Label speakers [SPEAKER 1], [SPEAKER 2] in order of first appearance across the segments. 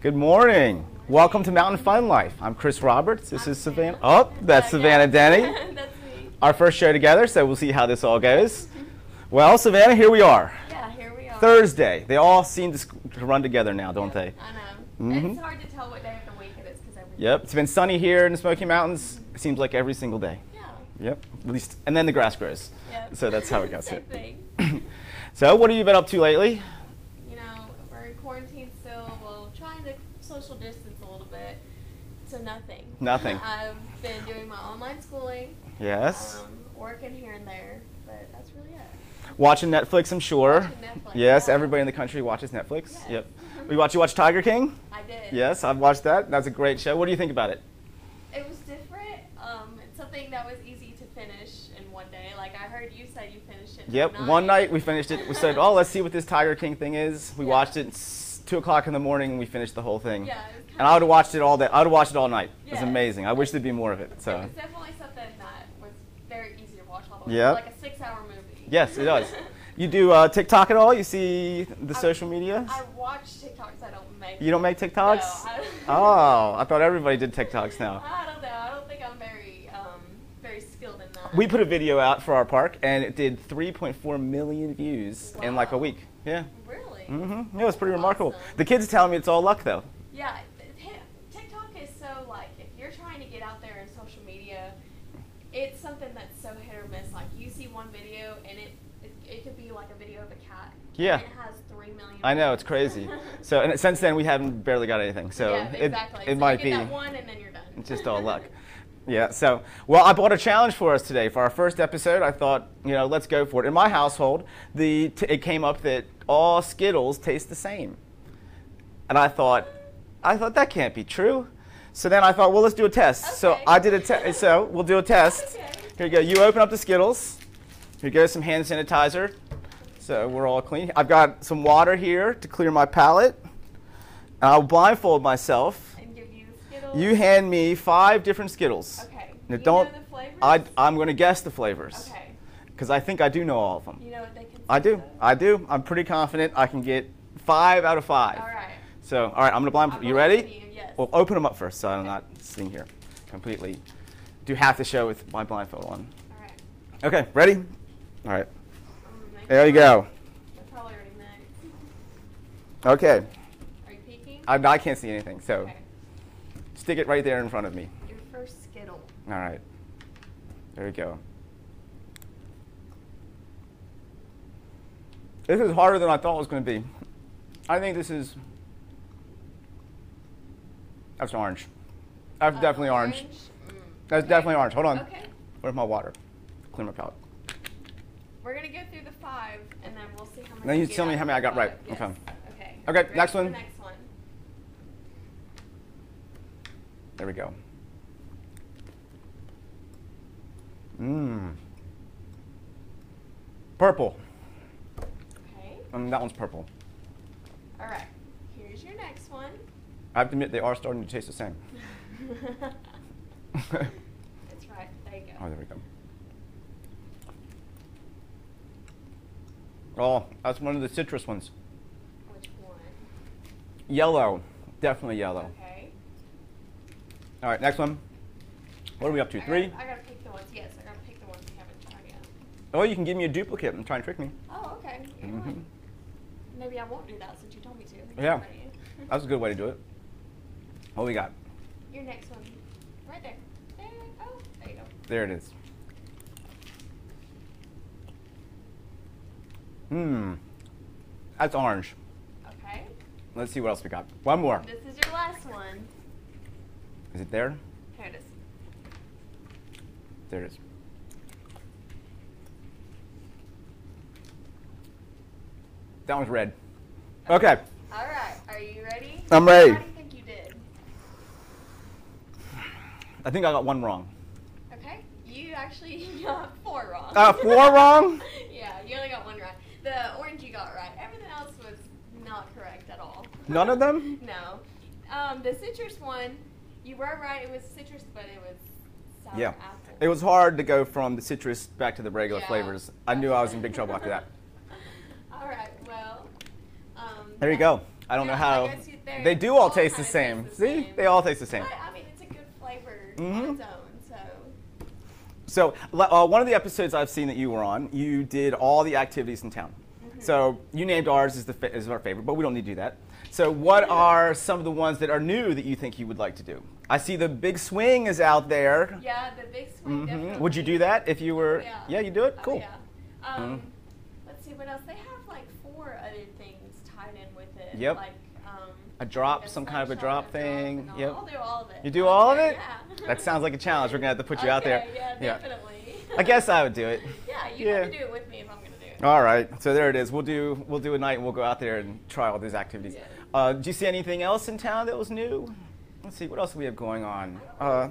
[SPEAKER 1] Good morning. Welcome to Mountain Fun Life. I'm Chris Roberts. This is Savannah. Oh, that's Savannah Denny.
[SPEAKER 2] That's me.
[SPEAKER 1] Our first show together, so we'll see how this all goes. Well, Savannah, here we are.
[SPEAKER 2] Yeah, here we are.
[SPEAKER 1] Thursday. They all seem to sc- to run together now, don't they?
[SPEAKER 2] I know.
[SPEAKER 1] Mhm.
[SPEAKER 2] It's hard to tell what day of the week it is because every
[SPEAKER 1] Yep. It's been sunny here in the Smoky Mountains. It seems like every single day.
[SPEAKER 2] Yeah.
[SPEAKER 1] Yep. At least, and then the grass grows.
[SPEAKER 2] Yep.
[SPEAKER 1] So that's how it goes.
[SPEAKER 2] Same thing.
[SPEAKER 1] So, what have you been up to lately?
[SPEAKER 2] You know, we're quarantined still. Well, trying to social distance a little bit. So nothing.
[SPEAKER 1] Nothing.
[SPEAKER 2] I've been doing my online schooling.
[SPEAKER 1] Yes.
[SPEAKER 2] Um, working here and there, but that's really it.
[SPEAKER 1] Watching Netflix, I'm sure.
[SPEAKER 2] Watching Netflix,
[SPEAKER 1] Yes,
[SPEAKER 2] yeah.
[SPEAKER 1] everybody in the country watches Netflix.
[SPEAKER 2] Yes.
[SPEAKER 1] Yep. We watch. You watch Tiger King?
[SPEAKER 2] I did.
[SPEAKER 1] Yes, I've watched that. That's a great show. What do you think about it?
[SPEAKER 2] It was different. Um, it's something that was easy to finish in one day. Like I heard you said you finished it. in
[SPEAKER 1] Yep. One night we finished it. We said, "Oh, let's see what this Tiger King thing is." We
[SPEAKER 2] Yeah.
[SPEAKER 1] watched it. It's two o'clock in the morning. We finished the whole thing.
[SPEAKER 2] Yeah, it was
[SPEAKER 1] and I would have watched it all day. I would have watched it all night. It was
[SPEAKER 2] Yeah.
[SPEAKER 1] amazing. I wish there'd be more of it. So.
[SPEAKER 2] It's definitely something that was very easy to watch all the way.
[SPEAKER 1] Yep.
[SPEAKER 2] Like a six-hour movie.
[SPEAKER 1] Yes, it does. You do uh, TikTok at all? You see the
[SPEAKER 2] I-
[SPEAKER 1] social media?
[SPEAKER 2] I watch TikToks. I don't make.
[SPEAKER 1] You don't make TikToks?
[SPEAKER 2] No, I don't-
[SPEAKER 1] oh, I thought everybody did TikToks now.
[SPEAKER 2] I don't know. I don't think I'm very, um, very skilled in that.
[SPEAKER 1] We put a video out for our park, and it did 3.4 million views in like a
[SPEAKER 2] Wow.
[SPEAKER 1] week. Yeah.
[SPEAKER 2] Really?
[SPEAKER 1] Mm-hmm. It was pretty remarkable.
[SPEAKER 2] Awesome.
[SPEAKER 1] The kids tell me it's all luck, though.
[SPEAKER 2] Yeah. th- th- TikTok is so like if you're trying to get out there in social media, it's something that's so hit or miss. Like you see one video and it. It, it could be like a video of a cat.
[SPEAKER 1] Yeah.
[SPEAKER 2] And it has three million.
[SPEAKER 1] I know
[SPEAKER 2] views.
[SPEAKER 1] it's crazy. So and since then we haven't barely got anything. So
[SPEAKER 2] yeah,
[SPEAKER 1] it,
[SPEAKER 2] exactly.
[SPEAKER 1] it
[SPEAKER 2] so
[SPEAKER 1] might
[SPEAKER 2] you get
[SPEAKER 1] be
[SPEAKER 2] that one and then you're done.
[SPEAKER 1] It's just all luck. Yeah. So, well, I bought a challenge for us today for our first episode. I thought, you know, let's go for it. In my household, the t- it came up that all Skittles taste the same, and I thought, I thought that can't be true. So then I thought, well, let's do a test. So
[SPEAKER 2] Okay.
[SPEAKER 1] I did a test. so we'll do a test.
[SPEAKER 2] Okay.
[SPEAKER 1] Here you go. You open up the Skittles. Here goes some hand sanitizer. So we're all clean. I've got some water here to clear my palate. And I'll blindfold myself.
[SPEAKER 2] and give you the Skittles.
[SPEAKER 1] You hand me five different Skittles.
[SPEAKER 2] Okay.
[SPEAKER 1] Now
[SPEAKER 2] you
[SPEAKER 1] don't.
[SPEAKER 2] Know the flavors?
[SPEAKER 1] I, I'm going to guess the flavors.
[SPEAKER 2] Okay.
[SPEAKER 1] Because I think I do know all of them.
[SPEAKER 2] You know what they can.
[SPEAKER 1] I do. I do. I'm pretty confident I can get five out of five.
[SPEAKER 2] All right.
[SPEAKER 1] So, all right, I'm going to blindfold.
[SPEAKER 2] I'm
[SPEAKER 1] Um, You ready?
[SPEAKER 2] believing you, yes.
[SPEAKER 1] Well, open them up first so I'm not sitting here completely. Do half the show with my blindfold on.
[SPEAKER 2] All right.
[SPEAKER 1] Okay, ready? All right.
[SPEAKER 2] I'm gonna make
[SPEAKER 1] There you
[SPEAKER 2] one.
[SPEAKER 1] go.
[SPEAKER 2] They're probably already mixed.
[SPEAKER 1] Okay.
[SPEAKER 2] Are you peeking?
[SPEAKER 1] I, I can't see anything, so
[SPEAKER 2] Okay.
[SPEAKER 1] stick it right there in front of me.
[SPEAKER 2] Your first Skittle.
[SPEAKER 1] All right. There we go. This is harder than I thought it was going to be. I think this is. That's orange. That's
[SPEAKER 2] Uh,
[SPEAKER 1] definitely orange.
[SPEAKER 2] Mm.
[SPEAKER 1] That's
[SPEAKER 2] Okay.
[SPEAKER 1] definitely orange. Hold on.
[SPEAKER 2] Okay.
[SPEAKER 1] Where's my water? Clean my palate.
[SPEAKER 2] We're gonna go through the five, and then we'll see how many.
[SPEAKER 1] Now you
[SPEAKER 2] get
[SPEAKER 1] tell me
[SPEAKER 2] out
[SPEAKER 1] how
[SPEAKER 2] of
[SPEAKER 1] many I
[SPEAKER 2] the
[SPEAKER 1] got right.
[SPEAKER 2] five. Yes.
[SPEAKER 1] Okay.
[SPEAKER 2] Okay.
[SPEAKER 1] Okay,
[SPEAKER 2] Ready
[SPEAKER 1] next
[SPEAKER 2] for the
[SPEAKER 1] one.
[SPEAKER 2] Next one.
[SPEAKER 1] There we go. Mmm. Purple.
[SPEAKER 2] Okay.
[SPEAKER 1] Um, that one's purple.
[SPEAKER 2] All right. Here's your next one.
[SPEAKER 1] I have to admit, they are starting to taste the same. oh,
[SPEAKER 2] That's right. There you go.
[SPEAKER 1] there we go. Oh, that's one of the citrus ones.
[SPEAKER 2] Which one?
[SPEAKER 1] Yellow. Definitely yellow.
[SPEAKER 2] Okay.
[SPEAKER 1] All right, next one. What are we up to?
[SPEAKER 2] I
[SPEAKER 1] Three?
[SPEAKER 2] Gotta, I gotta pick the ones. Yes, I gotta pick the ones we haven't tried yet.
[SPEAKER 1] Oh, you can give me a duplicate and try and trick me.
[SPEAKER 2] Oh, okay. You're
[SPEAKER 1] Mhm.
[SPEAKER 2] right. Maybe I won't do that since you told me to. Thank you,
[SPEAKER 1] Yeah.
[SPEAKER 2] buddy.
[SPEAKER 1] That's a good way to do it. What we got?
[SPEAKER 2] Your next one, right there. There. Oh, there you go.
[SPEAKER 1] There it is. Hmm. That's orange.
[SPEAKER 2] Okay.
[SPEAKER 1] Let's see what else we got. One more.
[SPEAKER 2] This is your last one.
[SPEAKER 1] Is it there?
[SPEAKER 2] Here it is.
[SPEAKER 1] There it is. That one's red. Okay.
[SPEAKER 2] All right. Are you ready?
[SPEAKER 1] I'm ready.
[SPEAKER 2] How do you think you did?
[SPEAKER 1] I think I got one wrong.
[SPEAKER 2] Okay. You actually got four wrong.
[SPEAKER 1] Uh, four wrong?
[SPEAKER 2] yeah, you only got one right. The orange you got right. Everything else was not correct at all.
[SPEAKER 1] None of them?
[SPEAKER 2] no. Um, the citrus one, you were right. It was citrus, but it was sour
[SPEAKER 1] Yeah.
[SPEAKER 2] apple.
[SPEAKER 1] It was hard to go from the citrus back to the regular
[SPEAKER 2] Yeah.
[SPEAKER 1] flavors. I knew I was in big trouble after that.
[SPEAKER 2] all right. Well. Um,
[SPEAKER 1] There you
[SPEAKER 2] that-
[SPEAKER 1] go. I don't
[SPEAKER 2] Yeah,
[SPEAKER 1] know how
[SPEAKER 2] like I see they're-
[SPEAKER 1] they do all
[SPEAKER 2] they
[SPEAKER 1] taste the
[SPEAKER 2] kinda
[SPEAKER 1] same.
[SPEAKER 2] taste the
[SPEAKER 1] See,
[SPEAKER 2] same.
[SPEAKER 1] they all taste the same.
[SPEAKER 2] But I mean, it's a good flavor on
[SPEAKER 1] Mhm.
[SPEAKER 2] its own. So
[SPEAKER 1] So, le- uh, one of the episodes I've seen that you were on, you did all the activities in town.
[SPEAKER 2] Mm-hmm.
[SPEAKER 1] So, you named ours as, the fa- as our favorite, but we don't need to do that. So, what are some of the ones that are new that you think you would like to do? I see the big swing is out there.
[SPEAKER 2] yeah, the big swing.
[SPEAKER 1] Mhm.
[SPEAKER 2] definitely.
[SPEAKER 1] Would you do that if you were?
[SPEAKER 2] Yeah.
[SPEAKER 1] you do it?
[SPEAKER 2] Oh,
[SPEAKER 1] Cool. Mm-hmm.
[SPEAKER 2] yeah. Um, Let's see what else. They have like four other things tied in with it.
[SPEAKER 1] Yep.
[SPEAKER 2] Like um,
[SPEAKER 1] A drop,
[SPEAKER 2] a
[SPEAKER 1] some kind of a
[SPEAKER 2] slingshot,
[SPEAKER 1] drop
[SPEAKER 2] and
[SPEAKER 1] thing.
[SPEAKER 2] all.
[SPEAKER 1] Yep.
[SPEAKER 2] I'll do all of it.
[SPEAKER 1] You do all of
[SPEAKER 2] Okay,
[SPEAKER 1] it?
[SPEAKER 2] Yeah.
[SPEAKER 1] That sounds like a challenge. We're going to have to put you out there.
[SPEAKER 2] Okay, Yeah, definitely.
[SPEAKER 1] I guess I would do it.
[SPEAKER 2] yeah, you have to do it with me if I'm gonna do it.
[SPEAKER 1] All right, so there it is. We'll do we'll do a night. and We'll go out there and try all these activities.
[SPEAKER 2] Yeah.
[SPEAKER 1] Uh, do you see anything else in town that was new? Let's see what else we have going on. Uh,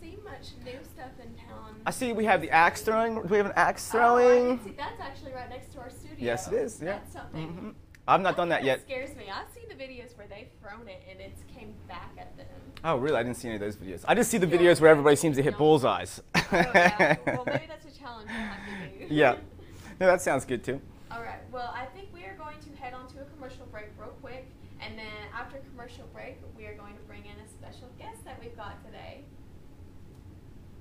[SPEAKER 2] See much new stuff in town.
[SPEAKER 1] I see we have the axe throwing. Do we have an axe
[SPEAKER 2] Oh, I
[SPEAKER 1] throwing?
[SPEAKER 2] can see that's actually right next to our studio.
[SPEAKER 1] Yes, it is, yeah.
[SPEAKER 2] That's something.
[SPEAKER 1] Mhm. I've not done that yet.
[SPEAKER 2] scares me. I've seen the videos where they've thrown it and it's came back at them.
[SPEAKER 1] Oh, really? I didn't see any of those videos. I just see the
[SPEAKER 2] Yeah.
[SPEAKER 1] videos where everybody seems to hit
[SPEAKER 2] No.
[SPEAKER 1] bullseyes.
[SPEAKER 2] Oh, yeah. well, maybe that's a challenge I'll have to do.
[SPEAKER 1] Yeah. No, that sounds good too.
[SPEAKER 2] All right. Well, I think we are going to head on to a commercial break real quick. And then after commercial break, we are going to bring in a special guest that we've got today.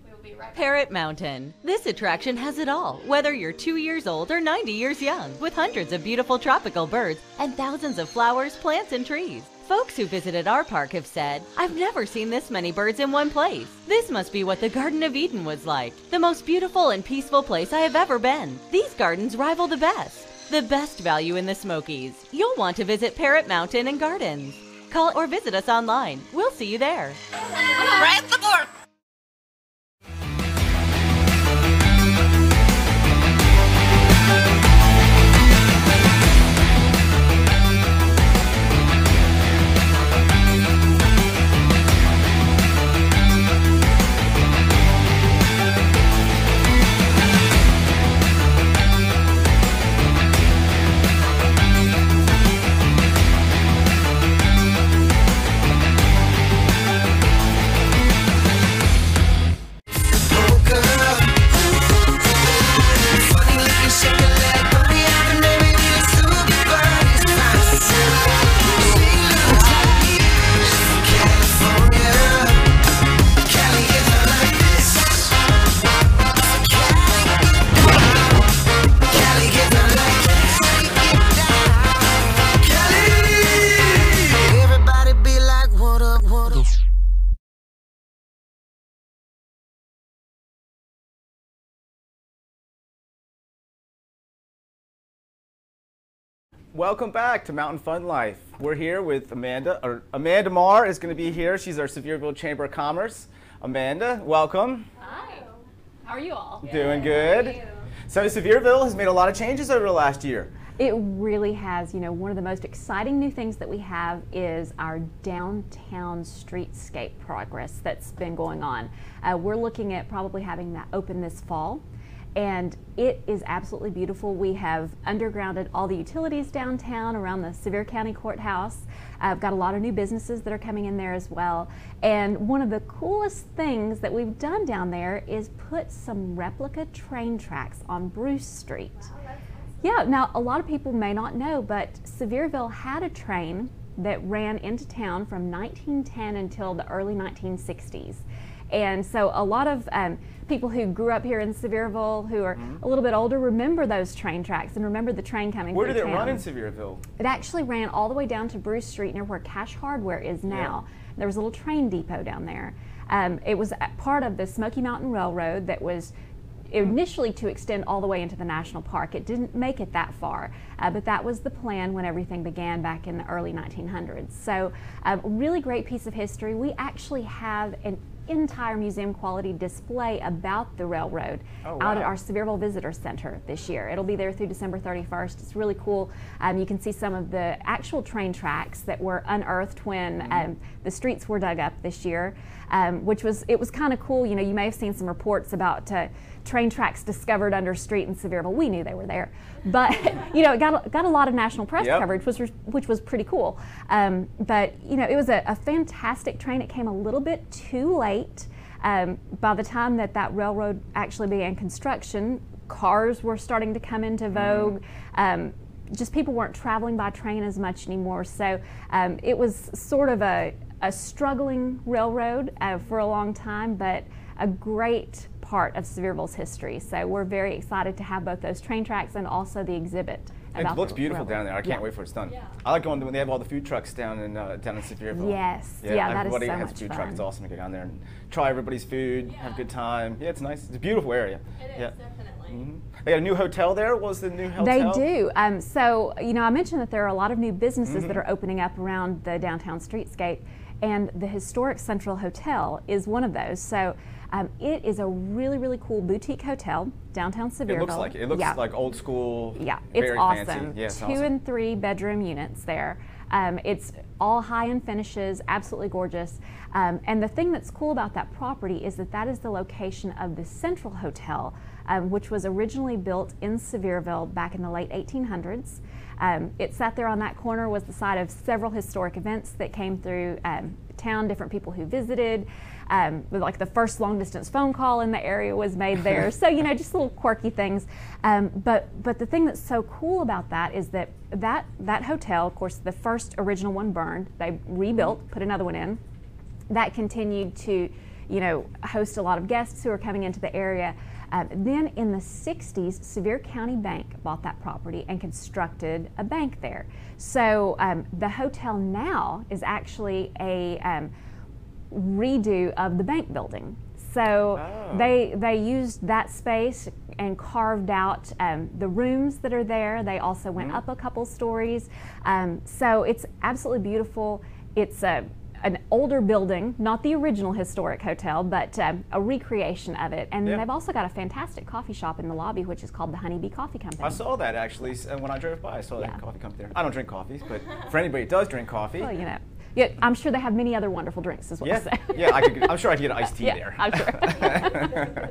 [SPEAKER 2] We will be right back.
[SPEAKER 3] Parrot Mountain. This attraction has it all, whether you're two years old or 90 years young, with hundreds of beautiful tropical birds and thousands of flowers, plants, and trees. Folks who visited our park have said, I've never seen this many birds in one place. This must be what the Garden of Eden was like. The most beautiful and peaceful place I have ever been. These gardens rival the best. The best value in the Smokies. You'll want to visit Parrot Mountain and Gardens. Call or visit us online. We'll see you there.
[SPEAKER 4] Everybody be like, what up, what up?
[SPEAKER 1] Welcome back to Mountain Fun Life. We're here with Amanda. Or Amanda Marr is going to be here. She's our Sevierville Chamber of Commerce. Amanda, welcome.
[SPEAKER 2] Hi.
[SPEAKER 5] How are you all?
[SPEAKER 1] Doing good. So Sevierville has made a lot of changes over the last year.
[SPEAKER 5] It really has. You know, one of the most exciting new things that we have is our downtown streetscape progress that's been going on. Uh, we're looking at probably having that open this fall. And it is absolutely beautiful. We have undergrounded all the utilities downtown around the Sevier County Courthouse. I've got a lot of new businesses that are coming in there as well. And one of the coolest things that we've done down there is put some replica train tracks on Bruce Street. Yeah, now a lot of people may not know, but Sevierville had a train that ran into town from 1910 until the early 1960s. And so a lot of um, people who grew up here in Sevierville who are
[SPEAKER 1] Mm-hmm.
[SPEAKER 5] a little bit older remember those train tracks and remember the train coming
[SPEAKER 1] Where did
[SPEAKER 5] through
[SPEAKER 1] it
[SPEAKER 5] town.
[SPEAKER 1] run in Sevierville?
[SPEAKER 5] It actually ran all the way down to Bruce Street near where Cash Hardware is now. There was a little train depot down there. Um, it was a part of the Smoky Mountain Railroad that was initially to extend all the way into the national park. It didn't make it that far, uh, but that was the plan when everything began back in the early 1900s. So, a really great piece of history. We actually have an entire museum quality display about the railroad
[SPEAKER 1] Oh,
[SPEAKER 5] out at
[SPEAKER 1] wow.
[SPEAKER 5] our Sevierville Visitor Center this year. It'll be there through December 31st. It's really cool. Um, you can see some of the actual train tracks that were unearthed when um, the streets were dug up this year, um, which was it was kind of cool. You know, you may have seen some reports about uh, train tracks discovered under street in Sevierville. We knew they were there, but you know, it got a- got a lot of national press
[SPEAKER 1] Yep.
[SPEAKER 5] coverage, which was which was pretty cool. Um, but you know, it was a, a fantastic train. It came a little bit too late. Um, by the time that that
[SPEAKER 1] Mm-hmm.
[SPEAKER 5] railroad actually began construction, cars were starting to come into vogue. Um, just people weren't traveling by train as much anymore. So um, it was sort of a, a struggling railroad uh, for a long time, but a great part of Sevierville's history. So we're very excited to have both those train tracks and also the exhibit.
[SPEAKER 1] It
[SPEAKER 5] about
[SPEAKER 1] looks
[SPEAKER 5] the
[SPEAKER 1] beautiful down
[SPEAKER 5] railroad.
[SPEAKER 1] there. I can't
[SPEAKER 5] Yeah.
[SPEAKER 1] wait for it's done.
[SPEAKER 2] Yeah.
[SPEAKER 1] I like going to when they have all the food trucks down in uh, down in Sevierville.
[SPEAKER 5] Yes. Yeah, that is
[SPEAKER 1] everybody
[SPEAKER 5] so
[SPEAKER 1] has
[SPEAKER 5] much
[SPEAKER 1] food truck. It's
[SPEAKER 5] fun.
[SPEAKER 1] awesome to go down there and try everybody's food, have a good time. Yeah, it's nice. It's a beautiful area.
[SPEAKER 2] It is
[SPEAKER 1] yeah. Mm-hmm.
[SPEAKER 2] definitely.
[SPEAKER 1] They got a new hotel there. What was the new hotel?
[SPEAKER 5] They do. Um, so, you know, I mentioned that there are a lot of new businesses
[SPEAKER 1] Mm-hmm.
[SPEAKER 5] that are opening up around the downtown streetscape, and the historic Central Hotel is one of those. So, um, it is a really, really cool boutique hotel downtown Sevierville.
[SPEAKER 1] It looks like it. It looks
[SPEAKER 5] Yeah.
[SPEAKER 1] like old school.
[SPEAKER 5] Yeah, it's
[SPEAKER 1] very
[SPEAKER 5] awesome.
[SPEAKER 1] Fancy. Yeah, it's
[SPEAKER 5] Two
[SPEAKER 1] awesome.
[SPEAKER 5] and three bedroom units there. Um, it's all high end finishes, absolutely gorgeous. Um, and the thing that's cool about that property is that that is the location of the Central Hotel, um, which was originally built in Sevierville back in the late 1800s. Um, it sat there on that corner, was the site of several historic events that came through um, town, different people who visited. Um, with, like the first long distance phone call in the area was made there. so you know, just little quirky things. Um, but but the thing that's so cool about that is that that that hotel, of course, the first original one burned. They rebuilt, put another one in. That continued to, you know, host a lot of guests who are coming into the area. Um, then in the 60s, Sevier County Bank bought that property and constructed a bank there. So um, the hotel now is actually a um, redo of the bank building. So
[SPEAKER 1] Oh.
[SPEAKER 5] they they used that space and carved out um, the rooms that are there. They also
[SPEAKER 1] Mm-hmm.
[SPEAKER 5] went up a couple stories. Um, so it's absolutely beautiful. It's a an older building, not the original historic hotel, but um, a recreation of it. And
[SPEAKER 1] Yeah.
[SPEAKER 5] they've also got a fantastic coffee shop in the lobby, which is called the Honeybee Coffee Company.
[SPEAKER 1] I saw that actually s- uh, when I drove by. I saw
[SPEAKER 5] Yeah.
[SPEAKER 1] that coffee company there. I don't drink coffees, but for anybody who does drink coffee,
[SPEAKER 5] Well, you know, yeah, I'm sure they have many other wonderful drinks as well.
[SPEAKER 1] yeah,
[SPEAKER 5] so.
[SPEAKER 1] yeah, I could, get- I'm sure I could get an iced tea
[SPEAKER 5] Yeah,
[SPEAKER 1] there.
[SPEAKER 5] I'm sure.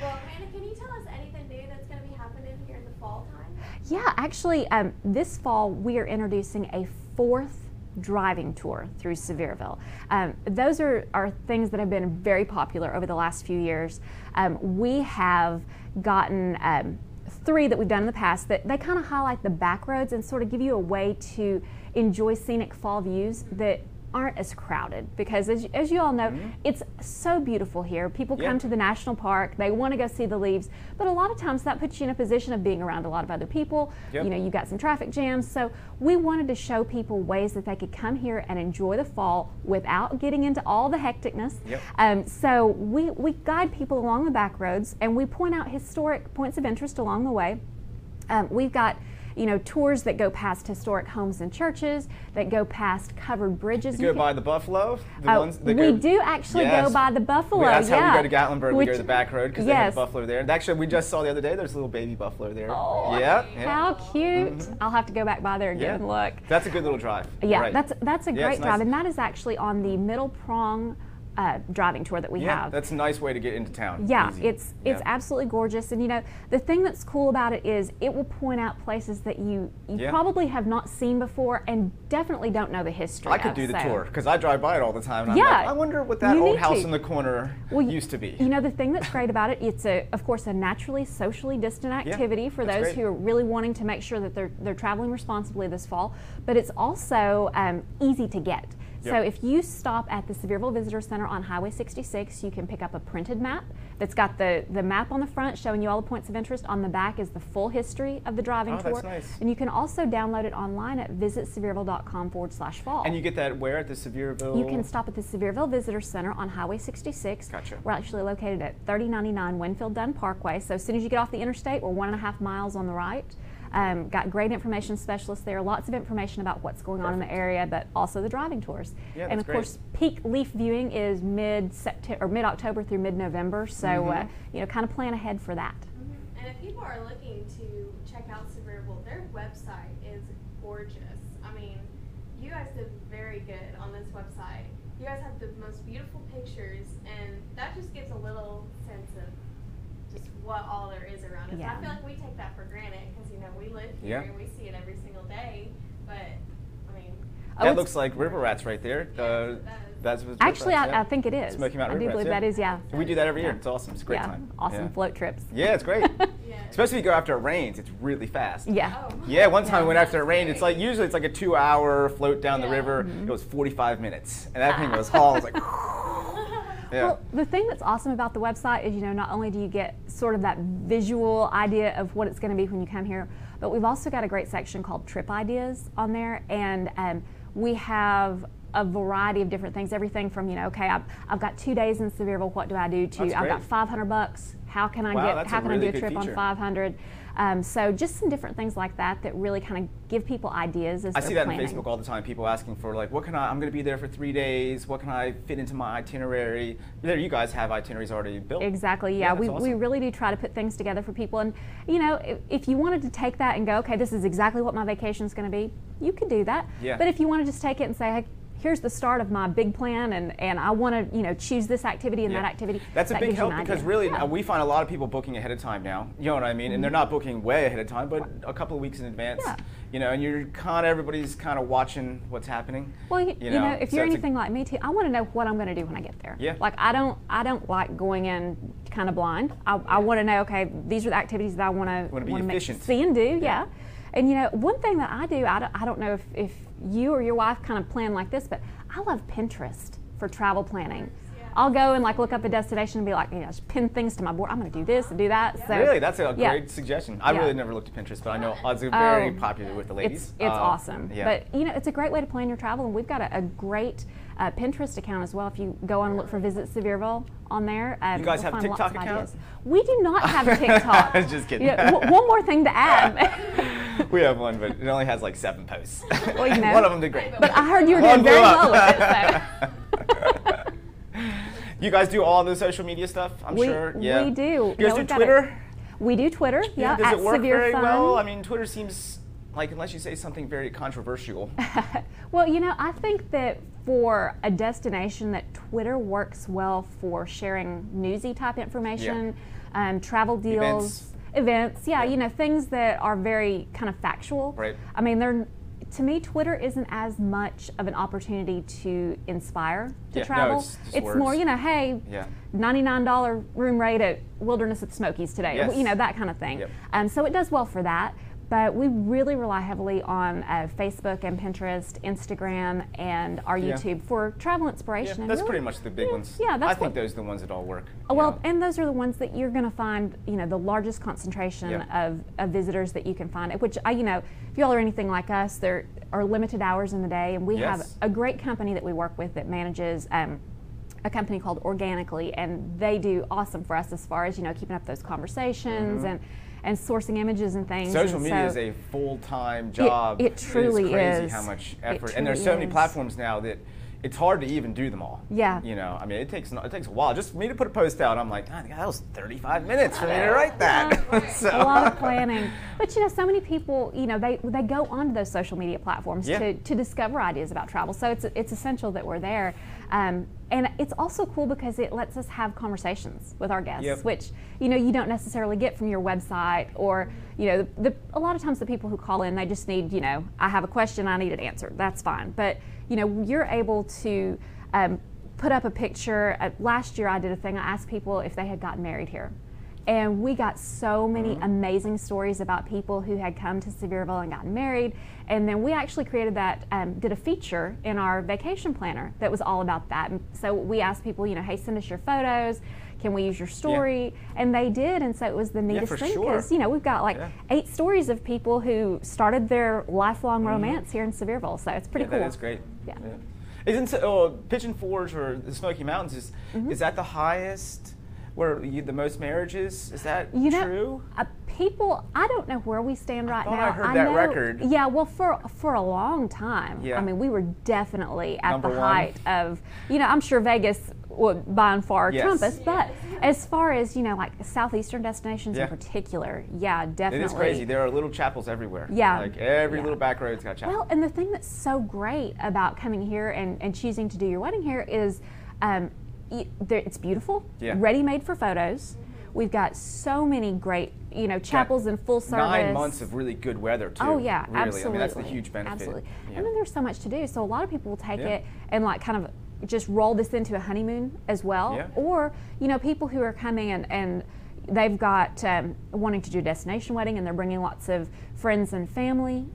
[SPEAKER 2] Well, Amanda, can you tell us anything new that's going to be happening here in the fall time?
[SPEAKER 5] Yeah, actually, um, this fall we are introducing a fourth driving tour through Sevierville. Um, those are, are things that have been very popular over the last few years. Um, we have gotten um, three that we've done in the past that they kind of highlight the back roads and sort of give you a way to enjoy scenic fall views that aren't as crowded because as, as you all know it's so beautiful here people
[SPEAKER 1] Yeah.
[SPEAKER 5] come to the national park they want to go see the leaves but a lot of times that puts you in a position of being around a lot of other people
[SPEAKER 1] Yep.
[SPEAKER 5] you know you've got some traffic jams so we wanted to show people ways that they could come here and enjoy the fall without getting into all the hecticness
[SPEAKER 1] Yep.
[SPEAKER 5] um, so we, we guide people along the back roads and we point out historic points of interest along the way um, we've got you know tours that go past historic homes and churches that go past covered bridges
[SPEAKER 1] You go
[SPEAKER 5] can-
[SPEAKER 1] by the Buffalo. The
[SPEAKER 5] Oh,
[SPEAKER 1] ones
[SPEAKER 5] we
[SPEAKER 1] that go-
[SPEAKER 5] do actually
[SPEAKER 1] Yes.
[SPEAKER 5] go by the Buffalo.
[SPEAKER 1] We- that's
[SPEAKER 5] yeah.
[SPEAKER 1] how we go to Gatlinburg. we go
[SPEAKER 5] Which-
[SPEAKER 1] to the back road because they have
[SPEAKER 5] yes.
[SPEAKER 1] a buffalo there. And actually, we just saw the other day. There's a little baby buffalo there.
[SPEAKER 5] Oh,
[SPEAKER 1] yeah. yeah.
[SPEAKER 5] How cute!
[SPEAKER 1] Mm-hmm.
[SPEAKER 5] I'll have to go back by there again and look.
[SPEAKER 1] That's a good little drive.
[SPEAKER 5] Yeah,
[SPEAKER 1] Right.
[SPEAKER 5] that's that's a
[SPEAKER 1] Yeah,
[SPEAKER 5] great
[SPEAKER 1] it's
[SPEAKER 5] drive,
[SPEAKER 1] nice.
[SPEAKER 5] and that is actually on the middle prong uh, driving tour that we
[SPEAKER 1] yeah,
[SPEAKER 5] have.
[SPEAKER 1] that's a nice way to get into town.
[SPEAKER 5] Yeah,
[SPEAKER 1] Easy.
[SPEAKER 5] it's it's
[SPEAKER 1] Yeah.
[SPEAKER 5] absolutely gorgeous, and you know the thing that's cool about it is it will point out places that you you
[SPEAKER 1] Yeah.
[SPEAKER 5] probably have not seen before and definitely don't know the history.
[SPEAKER 1] I could
[SPEAKER 5] of,
[SPEAKER 1] do the
[SPEAKER 5] so-
[SPEAKER 1] tour because I drive by it all the time. And
[SPEAKER 5] Yeah,
[SPEAKER 1] I'm like, I wonder what that
[SPEAKER 5] you
[SPEAKER 1] old
[SPEAKER 5] need
[SPEAKER 1] house
[SPEAKER 5] to.
[SPEAKER 1] in the corner
[SPEAKER 5] Well, y-
[SPEAKER 1] used to be.
[SPEAKER 5] You know, the thing that's great about it, it's a, of course, a naturally socially distant activity for
[SPEAKER 1] that's
[SPEAKER 5] those
[SPEAKER 1] great.
[SPEAKER 5] who are really wanting to make sure that they're they're traveling responsibly this fall. But it's also um, easy to get. So
[SPEAKER 1] Yep.
[SPEAKER 5] if you stop at the Sevierville Visitor Center on Highway 66, you can pick up a printed map that's got the, the map on the front showing you all the points of interest. On the back is the full history of the driving
[SPEAKER 1] Oh,
[SPEAKER 5] tour.
[SPEAKER 1] that's nice.
[SPEAKER 5] And you can also download it online at visitsevierville.com forward slash fall.
[SPEAKER 1] and you get that where at the Sevierville?
[SPEAKER 5] You can stop at the Sevierville Visitor Center on Highway 66.
[SPEAKER 1] Gotcha.
[SPEAKER 5] We're actually located at 3099 Winfield Dunn Parkway. So as soon as you get off the interstate, we're one and a half miles on the right. Um, got great information specialists there, lots of information about what's going on in the area, but also the driving tours.
[SPEAKER 1] Yeah,
[SPEAKER 5] and
[SPEAKER 1] that's
[SPEAKER 5] of course, peak leaf viewing is mid September or mid October through mid November. So
[SPEAKER 1] Mm-hmm.
[SPEAKER 5] uh, you know, kind of plan ahead for that. Oh,
[SPEAKER 2] And if people are looking to check out Sevierville, their website is gorgeous. I mean, you guys did very good on this website. You guys have the most beautiful pictures, and that just gives a little sense of just what all there is around us.
[SPEAKER 5] Yeah.
[SPEAKER 2] I feel like we take that for granted because you know we live
[SPEAKER 1] Yeah.
[SPEAKER 2] here and we see it every single day. But I mean,
[SPEAKER 5] Oh,
[SPEAKER 1] that
[SPEAKER 5] it's-
[SPEAKER 1] looks like river rats right there.
[SPEAKER 2] yeah,
[SPEAKER 1] Uh,
[SPEAKER 2] that is-
[SPEAKER 1] That's what it's
[SPEAKER 5] Actually,
[SPEAKER 1] referenced,
[SPEAKER 5] I,
[SPEAKER 1] yeah.
[SPEAKER 5] I think it is.
[SPEAKER 1] Smoky Mountain
[SPEAKER 5] I do
[SPEAKER 1] Riverfront,
[SPEAKER 5] believe
[SPEAKER 1] yeah.
[SPEAKER 5] that is, yeah.
[SPEAKER 1] And we do that every year. It's awesome. It's a great
[SPEAKER 5] yeah.
[SPEAKER 1] time.
[SPEAKER 5] Awesome
[SPEAKER 1] yeah.
[SPEAKER 5] float trips.
[SPEAKER 1] Yeah, it's great.
[SPEAKER 2] Yeah.
[SPEAKER 1] Especially if you go after it rains, it's really fast.
[SPEAKER 5] Yeah.
[SPEAKER 2] Oh.
[SPEAKER 1] Yeah, one time
[SPEAKER 2] Yeah,
[SPEAKER 1] we went after it
[SPEAKER 2] that's
[SPEAKER 1] rained. It's
[SPEAKER 2] great.
[SPEAKER 1] like usually it's like a two-hour float down the
[SPEAKER 2] Yeah.
[SPEAKER 1] river.
[SPEAKER 5] Mm-hmm.
[SPEAKER 1] It was 45 minutes, and that thing was hauled. It was like, yeah,
[SPEAKER 5] Well, the thing that's awesome about the website is, you know, not only do you get sort of that visual idea of what it's going to be when you come here, but we've also got a great section called Trip Ideas on there, and um, we have a variety of different things. Everything from, you know, okay, I've, I've got two days in Sevierville, what do I do? To
[SPEAKER 1] That's
[SPEAKER 5] I've got
[SPEAKER 1] great.
[SPEAKER 5] 500 bucks. How can I
[SPEAKER 1] Wow,
[SPEAKER 5] get?
[SPEAKER 1] that's
[SPEAKER 5] How
[SPEAKER 1] a
[SPEAKER 5] can
[SPEAKER 1] really
[SPEAKER 5] I do
[SPEAKER 1] good
[SPEAKER 5] a trip
[SPEAKER 1] feature.
[SPEAKER 5] on 500? Um, so just some different things like that that really kind of give people ideas as
[SPEAKER 1] I
[SPEAKER 5] they're
[SPEAKER 1] see that on
[SPEAKER 5] planning.
[SPEAKER 1] Facebook all the time. People asking for like, what can I? I'm going to be there for three days. What can I fit into my itinerary? There, you guys have itineraries already built.
[SPEAKER 5] Exactly. Yeah,
[SPEAKER 1] that's
[SPEAKER 5] we, we
[SPEAKER 1] awesome.
[SPEAKER 5] really do try to put things together for people, and you know, if, if you wanted to take that and go, okay, this is exactly what my vacation is going to be, you could do that.
[SPEAKER 1] Yeah.
[SPEAKER 5] But if you want to just take it and say, hey, here's the start of my big plan, and and I want to you know choose this activity and
[SPEAKER 1] Yeah.
[SPEAKER 5] that activity.
[SPEAKER 1] That's a
[SPEAKER 5] that
[SPEAKER 1] big
[SPEAKER 5] gives you an
[SPEAKER 1] help because
[SPEAKER 5] idea.
[SPEAKER 1] really
[SPEAKER 5] Yeah. Mm-hmm.
[SPEAKER 1] uh, we find a lot of people booking ahead of time now. You know what I mean? And they're not booking way ahead of time, but a couple of weeks in advance.
[SPEAKER 5] Yeah.
[SPEAKER 1] You know, and you're kind of everybody's kind of watching what's happening.
[SPEAKER 5] Well, you, you know, if
[SPEAKER 1] so
[SPEAKER 5] you're
[SPEAKER 1] it's a-
[SPEAKER 5] anything like me too, I want to know what I'm going to do when I get there.
[SPEAKER 1] Yeah.
[SPEAKER 5] Like I don't, I don't like going in kind of blind. I, I want to know, okay, these are the activities that I want to
[SPEAKER 1] Wanna be efficient.
[SPEAKER 5] see and do. Yeah. And you know, one thing that I do, I don't, I don't know if, if you or your wife kind of plan like this, but I love Pinterest for travel planning.
[SPEAKER 2] yeah.
[SPEAKER 5] I'll go and like look up a destination and be like, you know, just pin things to my board. I'm going to do this and do that. So
[SPEAKER 1] Really, that's a
[SPEAKER 5] yeah.
[SPEAKER 1] great suggestion. I
[SPEAKER 5] Yeah. Oh.
[SPEAKER 1] really never looked at Pinterest, but I know it's very popular with the ladies.
[SPEAKER 5] It's, it's
[SPEAKER 1] Uh,
[SPEAKER 5] awesome.
[SPEAKER 1] Yeah.
[SPEAKER 5] But you know, it's a great way to plan your travel, and we've got a, a great uh, Pinterest account as well. If you go on and look for Visit Sevierville on there, um,
[SPEAKER 1] You guys
[SPEAKER 5] you'll
[SPEAKER 1] have
[SPEAKER 5] find lots
[SPEAKER 1] TikTok
[SPEAKER 5] of
[SPEAKER 1] account?
[SPEAKER 5] ideas. We do not have a TikTok.
[SPEAKER 1] Just kidding.
[SPEAKER 5] You know, w- one more thing to add.
[SPEAKER 1] we have one, but it only has like seven posts.
[SPEAKER 5] Well, you know.
[SPEAKER 1] one of them did great.
[SPEAKER 5] but I heard you were
[SPEAKER 1] One
[SPEAKER 5] doing very
[SPEAKER 1] blew up.
[SPEAKER 5] well with it. So.
[SPEAKER 1] you guys do all the social media stuff, I'm
[SPEAKER 5] We-
[SPEAKER 1] sure.
[SPEAKER 5] we
[SPEAKER 1] Yeah.
[SPEAKER 5] do.
[SPEAKER 1] You
[SPEAKER 5] Yeah,
[SPEAKER 1] guys do
[SPEAKER 5] we've got a-
[SPEAKER 1] Twitter?
[SPEAKER 5] We do Twitter, yeah,
[SPEAKER 1] Does
[SPEAKER 5] at
[SPEAKER 1] it work
[SPEAKER 5] Severe
[SPEAKER 1] very
[SPEAKER 5] Fun.
[SPEAKER 1] well? I mean, Twitter seems like unless you say something very controversial.
[SPEAKER 5] Well, you know, I think that for a destination that Twitter works well for sharing newsy type information, um, travel deals,
[SPEAKER 1] Events.
[SPEAKER 5] events, yeah, you know, things that are very kind of factual.
[SPEAKER 1] Right.
[SPEAKER 5] I mean, they're to me, Twitter isn't as much of an opportunity to inspire to
[SPEAKER 1] Yeah, no,
[SPEAKER 5] travel.
[SPEAKER 1] it's just
[SPEAKER 5] more,
[SPEAKER 1] words.
[SPEAKER 5] you know, hey,
[SPEAKER 1] Yeah.
[SPEAKER 5] $99 room rate at Wilderness of the Smokies today,
[SPEAKER 1] Yes.
[SPEAKER 5] you know, that kind of thing.
[SPEAKER 1] Yep.
[SPEAKER 5] Um, so it does well for that. But we really rely heavily on uh, Facebook and Pinterest, Instagram, and our
[SPEAKER 1] Yeah.
[SPEAKER 5] YouTube for travel inspiration.
[SPEAKER 1] Yeah,
[SPEAKER 5] and
[SPEAKER 1] that's
[SPEAKER 5] really-
[SPEAKER 1] pretty much the big ones.
[SPEAKER 5] yeah, that's
[SPEAKER 1] I think
[SPEAKER 5] what-
[SPEAKER 1] those are the ones that all work.
[SPEAKER 5] Oh,
[SPEAKER 1] you
[SPEAKER 5] Well,
[SPEAKER 1] know.
[SPEAKER 5] and those are the ones that you're going to find, you know, the largest concentration
[SPEAKER 1] Yeah.
[SPEAKER 5] of, of visitors that you can find. Which, I, you know, if y'all are anything like us, there are limited hours in the day, and we
[SPEAKER 1] Yes.
[SPEAKER 5] have a great company that we work with that manages. Um, a company called Organically, and they do awesome for us as far as you know, keeping up those conversations and and sourcing images and things.
[SPEAKER 1] Mm-hmm. Social
[SPEAKER 5] and
[SPEAKER 1] media
[SPEAKER 5] Mm-hmm. so-
[SPEAKER 1] is a full-time job.
[SPEAKER 5] it truly
[SPEAKER 1] is crazy
[SPEAKER 5] is.
[SPEAKER 1] how much
[SPEAKER 5] It
[SPEAKER 1] effort. and there's
[SPEAKER 5] truly
[SPEAKER 1] so many
[SPEAKER 5] is.
[SPEAKER 1] platforms now that it's hard to even do them all.
[SPEAKER 5] Yeah.
[SPEAKER 1] You know, I mean, it takes it takes a while just for me to put a post out. I'm like, God, that was 35 minutes for me to write that. so,
[SPEAKER 5] a lot of planning. But you know, so many people, you know, they they go onto those social media platforms
[SPEAKER 1] Yeah.
[SPEAKER 5] to, to discover ideas about travel. So it's it's essential that we're there. Um, and it's also cool because it lets us have conversations with our guests,
[SPEAKER 1] Yep.
[SPEAKER 5] which you know you don't necessarily get from your website or you know the, the a lot of times the people who call in they just need you know I have a question I need it answered that's fine but you know you're able to um, put up a picture. Uh, last year I did a thing I asked people if they had gotten married here. And we got so many amazing stories about people who had come to Sevierville and gotten married. And then we actually created that, um, did a feature in our vacation planner that was all about that. And so we asked people, you know, hey, send us your photos. Can we use your story? And they did. And so it was the neatest
[SPEAKER 1] for
[SPEAKER 5] thing
[SPEAKER 1] sure.
[SPEAKER 5] because, you know, we've got like
[SPEAKER 1] Yeah.
[SPEAKER 5] eight stories of people who started their lifelong romance here in Sevierville. So it's pretty
[SPEAKER 1] Mm-hmm. Yeah,
[SPEAKER 5] cool.
[SPEAKER 1] That is great.
[SPEAKER 5] Yeah.
[SPEAKER 1] Isn't so- oh, Pigeon Forge or the Smoky Mountains is
[SPEAKER 5] Mm-hmm.
[SPEAKER 1] is that the highest where you, the most marriages? Is that
[SPEAKER 5] You know,
[SPEAKER 1] true?
[SPEAKER 5] Uh, people, I don't know where we stand right
[SPEAKER 1] thought
[SPEAKER 5] now.
[SPEAKER 1] I heard that
[SPEAKER 5] know-
[SPEAKER 1] record.
[SPEAKER 5] Yeah, well, for for a long time.
[SPEAKER 1] Yeah.
[SPEAKER 5] I mean, we were definitely at
[SPEAKER 1] Number
[SPEAKER 5] the
[SPEAKER 1] one.
[SPEAKER 5] height of, you know, I'm sure Vegas would by and far
[SPEAKER 1] Yes.
[SPEAKER 5] trump us, but as far as, you know, like southeastern destinations
[SPEAKER 1] Yeah.
[SPEAKER 5] in particular, yeah,
[SPEAKER 1] It
[SPEAKER 5] definitely.
[SPEAKER 1] is crazy. There are little chapels everywhere.
[SPEAKER 5] Yeah.
[SPEAKER 1] Like every
[SPEAKER 5] Yeah.
[SPEAKER 1] little back road's got a chapel.
[SPEAKER 5] Well, and the thing that's so great about coming here and, and choosing to do your wedding here is um, y- there, it's beautiful,
[SPEAKER 1] Yeah.
[SPEAKER 5] ready made for photos. We've got so many great, you know, chapels and full service.
[SPEAKER 1] Nine months of really good weather too.
[SPEAKER 5] Oh yeah,
[SPEAKER 1] really.
[SPEAKER 5] absolutely.
[SPEAKER 1] I mean, that's the huge benefit.
[SPEAKER 5] Absolutely.
[SPEAKER 1] Yeah.
[SPEAKER 5] And then there's so much to do. So a lot of people will take
[SPEAKER 1] Yeah.
[SPEAKER 5] it and like kind of just roll this into a honeymoon as well.
[SPEAKER 1] Yeah.
[SPEAKER 5] Or, you know, people who are coming and, and they've got um, wanting to do a destination wedding and they're bringing lots of friends and family.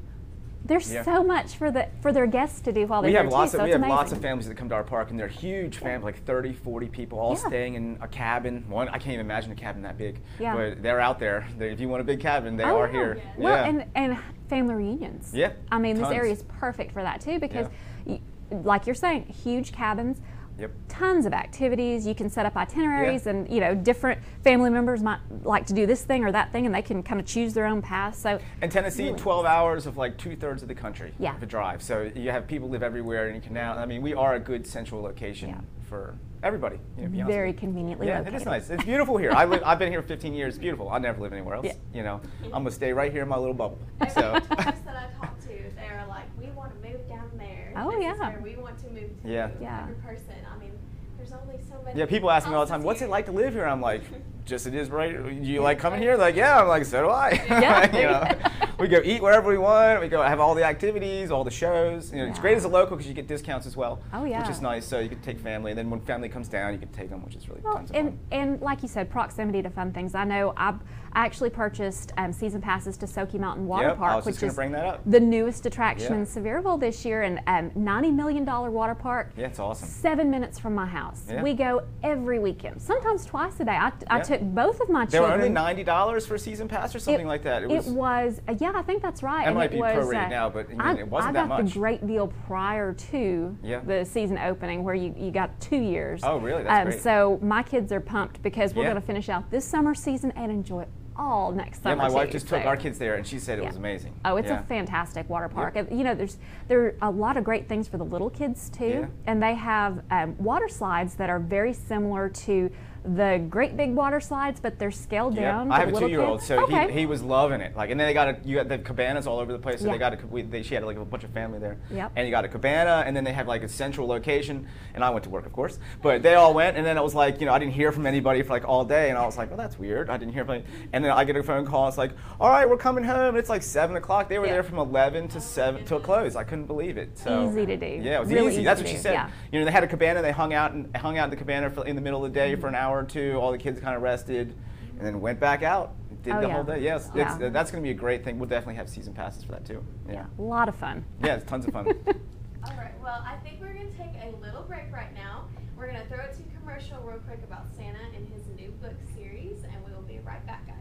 [SPEAKER 5] There's
[SPEAKER 1] Yeah.
[SPEAKER 5] so much for the for their guests to do while they're
[SPEAKER 1] we
[SPEAKER 5] there
[SPEAKER 1] have lots
[SPEAKER 5] too.
[SPEAKER 1] of
[SPEAKER 5] so
[SPEAKER 1] we
[SPEAKER 5] it's
[SPEAKER 1] have lots of
[SPEAKER 5] amazing.
[SPEAKER 1] families that come to our park and they're huge families like 30 40 people all
[SPEAKER 5] Yeah.
[SPEAKER 1] staying in a cabin one i can't even imagine a cabin that big
[SPEAKER 5] Yeah.
[SPEAKER 1] but they're out there they, if you want a big cabin they
[SPEAKER 5] Oh,
[SPEAKER 1] are
[SPEAKER 5] yeah.
[SPEAKER 1] here
[SPEAKER 5] Well, and and family reunions.
[SPEAKER 1] Yeah,
[SPEAKER 5] I mean, this
[SPEAKER 1] tons.
[SPEAKER 5] area is perfect for that too because, y like you're saying, huge cabins.
[SPEAKER 1] Yep.
[SPEAKER 5] Tons of activities. You can set up itineraries, and you know, different family members might like to do this thing or that thing, and they can kind of choose their own path. So,
[SPEAKER 1] And Tennessee, 12 hours of like two thirds of the country
[SPEAKER 5] Yeah.
[SPEAKER 1] of a drive. So you have people live everywhere and you can now, I mean, we are a good central location
[SPEAKER 5] Yeah.
[SPEAKER 1] for everybody. You know, to be honest with
[SPEAKER 5] very
[SPEAKER 1] you.
[SPEAKER 5] conveniently
[SPEAKER 1] Yeah,
[SPEAKER 5] located.
[SPEAKER 1] it is nice. It's beautiful here. I live, I've been here 15 years. It's beautiful. I'll never live anywhere else.
[SPEAKER 5] Yeah.
[SPEAKER 1] You know, I'm gonna stay right here in my little bubble. So,
[SPEAKER 2] Every teachers that I talk to, they're like, we want to move down there.
[SPEAKER 5] Oh,
[SPEAKER 2] This is
[SPEAKER 5] yeah.
[SPEAKER 2] where we want to move to.
[SPEAKER 1] Yeah.
[SPEAKER 5] Yeah.
[SPEAKER 2] Every person. I mean, there's only so many.
[SPEAKER 1] yeah, people ask me all the time,
[SPEAKER 2] houses
[SPEAKER 1] "What's it
[SPEAKER 2] here."
[SPEAKER 1] like to live here?" I'm like, "Just it is, right? Do You like coming here?" Like, yeah. I'm like, "So do I."
[SPEAKER 5] Yeah.
[SPEAKER 1] You know? we go eat wherever we want. We go have all the activities, all the shows. You know, it's great
[SPEAKER 5] Yeah.
[SPEAKER 1] as a local because you get discounts as well.
[SPEAKER 5] Oh,
[SPEAKER 1] Which
[SPEAKER 5] yeah.
[SPEAKER 1] is nice. So you can take family, and then when family comes down, you can take them, which is really
[SPEAKER 5] Well,
[SPEAKER 1] tons of
[SPEAKER 5] and,
[SPEAKER 1] fun.
[SPEAKER 5] and like you said, proximity to fun things. I know I, I actually purchased um, season passes to Soaky Mountain Water
[SPEAKER 1] Yep, I
[SPEAKER 5] Park,
[SPEAKER 1] was just
[SPEAKER 5] which
[SPEAKER 1] gonna
[SPEAKER 5] is
[SPEAKER 1] bring that up.
[SPEAKER 5] the newest attraction
[SPEAKER 1] Yeah.
[SPEAKER 5] in Sevierville this year, and um, ninety million dollar water park.
[SPEAKER 1] Yeah, it's awesome.
[SPEAKER 5] Seven minutes from my house.
[SPEAKER 1] Yeah.
[SPEAKER 5] We go every weekend, sometimes twice a day. I, I
[SPEAKER 1] Yeah.
[SPEAKER 5] took both of my
[SPEAKER 1] They were
[SPEAKER 5] children.
[SPEAKER 1] only ninety dollars for a season pass or something like that.
[SPEAKER 5] It was, uh, yeah, I think that's right.
[SPEAKER 1] That
[SPEAKER 5] and
[SPEAKER 1] might
[SPEAKER 5] it
[SPEAKER 1] be
[SPEAKER 5] was,
[SPEAKER 1] prorated
[SPEAKER 5] uh,
[SPEAKER 1] now, but I mean,
[SPEAKER 5] I,
[SPEAKER 1] it wasn't
[SPEAKER 5] I
[SPEAKER 1] that
[SPEAKER 5] got
[SPEAKER 1] much.
[SPEAKER 5] the great deal prior to
[SPEAKER 1] Yeah.
[SPEAKER 5] the season opening, where you, you got two years.
[SPEAKER 1] Oh, really? That's
[SPEAKER 5] um,
[SPEAKER 1] great.
[SPEAKER 5] So my kids are pumped because we're
[SPEAKER 1] Yeah.
[SPEAKER 5] going to finish out this summer season and enjoy all next
[SPEAKER 1] yeah,
[SPEAKER 5] summer.
[SPEAKER 1] my wife
[SPEAKER 5] too,
[SPEAKER 1] just took
[SPEAKER 5] so-
[SPEAKER 1] our kids there, and she said it
[SPEAKER 5] Yeah.
[SPEAKER 1] was amazing.
[SPEAKER 5] Oh, it's
[SPEAKER 1] Yeah.
[SPEAKER 5] a fantastic water park. And, You know, there's there are a lot of great things for the little kids too,
[SPEAKER 1] Yeah.
[SPEAKER 5] and they have um, water slides that are very similar to the great big water slides, but they're scaled
[SPEAKER 1] Yeah.
[SPEAKER 5] down.
[SPEAKER 1] I
[SPEAKER 5] for
[SPEAKER 1] have
[SPEAKER 5] the
[SPEAKER 1] a
[SPEAKER 5] little
[SPEAKER 1] two-year-old,
[SPEAKER 5] kids.
[SPEAKER 1] so
[SPEAKER 5] Okay.
[SPEAKER 1] he, he was loving it. Like, and then they got a, you got the cabanas all over the place. So
[SPEAKER 5] Yeah.
[SPEAKER 1] they got a, we, they, she had like a bunch of family there.
[SPEAKER 5] Yep.
[SPEAKER 1] And you got a cabana, and then they have like a central location. And I went to work, of course, but they all went. And then it was like, you know, I didn't hear from anybody for like all day, and I was like, well, that's weird. I didn't hear from. any- And then I get a phone call. It's like, all right, we're coming home. And it's like seven o'clock. They were
[SPEAKER 5] Yeah.
[SPEAKER 1] there from eleven to seven till close. I couldn't believe it. So
[SPEAKER 5] Easy to do.
[SPEAKER 1] Yeah, it was
[SPEAKER 5] Really
[SPEAKER 1] easy.
[SPEAKER 5] easy
[SPEAKER 1] That's
[SPEAKER 5] to
[SPEAKER 1] what she
[SPEAKER 5] do,
[SPEAKER 1] said.
[SPEAKER 5] yeah.
[SPEAKER 1] You know, they had a cabana. They hung out and hung out in the cabana for, in the middle of the day for an hour or two. All the kids kind of rested, and then went back out. Did
[SPEAKER 5] Oh,
[SPEAKER 1] the
[SPEAKER 5] yeah.
[SPEAKER 1] whole day. Yes, it's,
[SPEAKER 5] Yeah.
[SPEAKER 1] that's going to be a great thing. We'll definitely have season passes for that too. Yeah.
[SPEAKER 5] a lot of fun.
[SPEAKER 1] Yeah, it's tons of fun.
[SPEAKER 2] All right. Well, I think we're going to take a little break right now. We're going to throw it to commercial real quick about Santa and his new book series, and we will be right back, guys.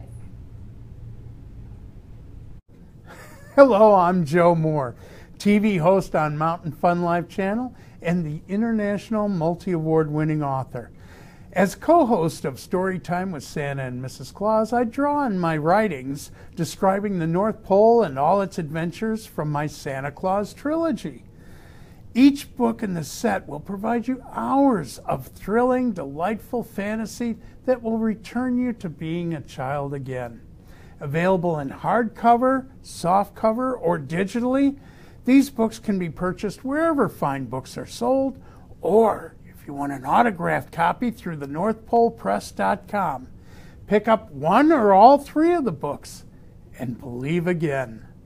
[SPEAKER 6] Hello, I'm Joe Moore, TV host on Mountain Fun Life Channel and the international multi award winning author. As co host of Storytime with Santa and Mrs. Claus, I draw on my writings describing the North Pole and all its adventures from my Santa Claus trilogy. Each book in the set will provide you hours of thrilling, delightful fantasy that will return you to being a child again. Available in hardcover, softcover, or digitally, these books can be purchased wherever fine books are sold, or if you want an autographed copy through the NorthPolePress.com. Pick up one or all three of the books and believe again.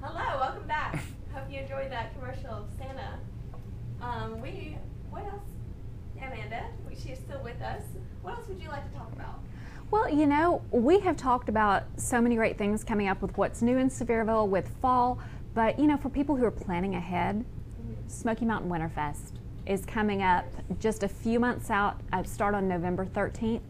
[SPEAKER 2] Hello, welcome back. Hope you enjoyed that commercial of Santa. Um, we, what else? Amanda, we- she is still with us. What else would you like to talk about?
[SPEAKER 5] Well, you know, we have talked about so many great things coming up with what's new in Sevierville with fall, but you know, for people who are planning ahead, Smoky Mountain Winterfest is coming up just a few months out. I start on November 13th.